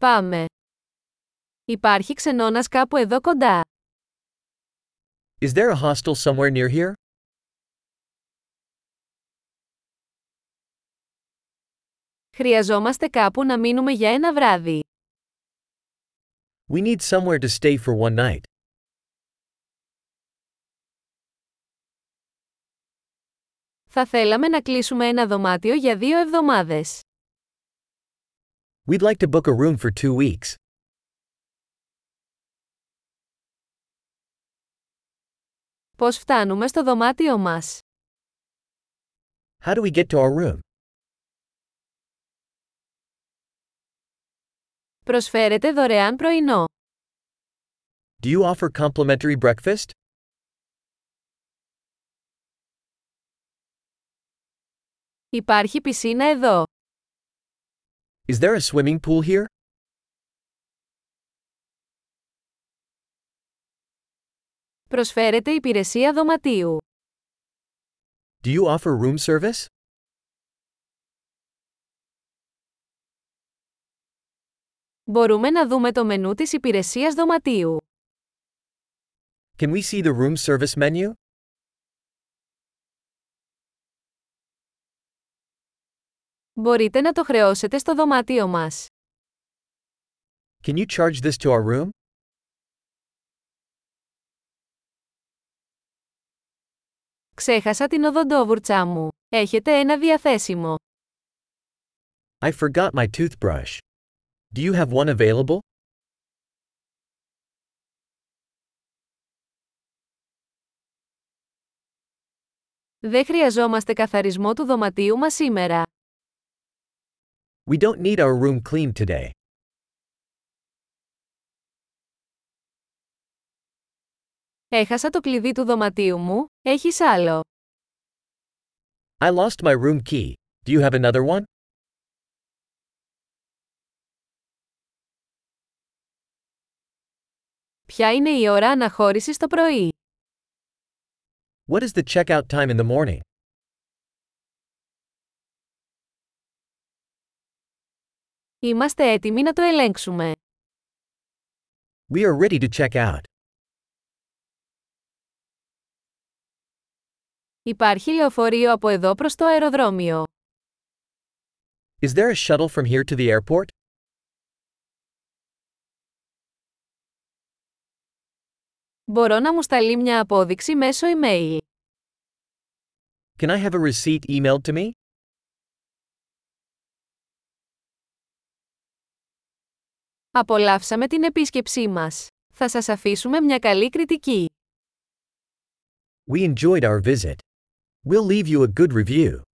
Πάμε. Υπάρχει ξενώνας κάπου εδώ κοντά. Is there a hostel somewhere near here? Χρειαζόμαστε κάπου να μείνουμε για ένα βράδυ. We need somewhere to stay for one night. Θα θέλαμε να κλείσουμε ένα δωμάτιο για δύο εβδομάδες. We'd like to book a room for two weeks. Πώς φτάνουμε στο δωμάτιο μας. How do we get to our room? Προσφέρετε δωρεάν πρωινό. Do you offer complimentary breakfast? Υπάρχει πισίνα εδώ. Is there a swimming pool here? Προσφέρετε υπηρεσία δωματίου. Do you offer room service? Μπορούμε να δούμε το μενού της υπηρεσίας δωματίου. Can we see the room service menu? Μπορείτε να το χρεώσετε στο δωμάτιο μας. Can you charge this to our room? Ξέχασα την οδοντόβουρτσά μου. Έχετε ένα διαθέσιμο. I forgot my toothbrush. Do you have one available? Δεν χρειαζόμαστε καθαρισμό του δωματίου μας σήμερα. We don't need our room cleaned today. Έχασα το κλειδί του δωματίου μου, έχεις άλλο. I lost my room key. Do you have another one? Ποια είναι η ώρα αναχώρησης το πρωί. What is the checkout time in the morning? Είμαστε έτοιμοι να το ελέγξουμε. We are ready to check out. Υπάρχει λεωφορείο από εδώ προς το αεροδρόμιο. Is there a shuttle from here to the airport? Μπορώ να μου σταλεί μια απόδειξη μέσω email. Can I have a receipt emailed to me? Απολαύσαμε την επίσκεψή μας. Θα σας αφήσουμε μια καλή κριτική. We enjoyed our visit. We'll leave you a good review.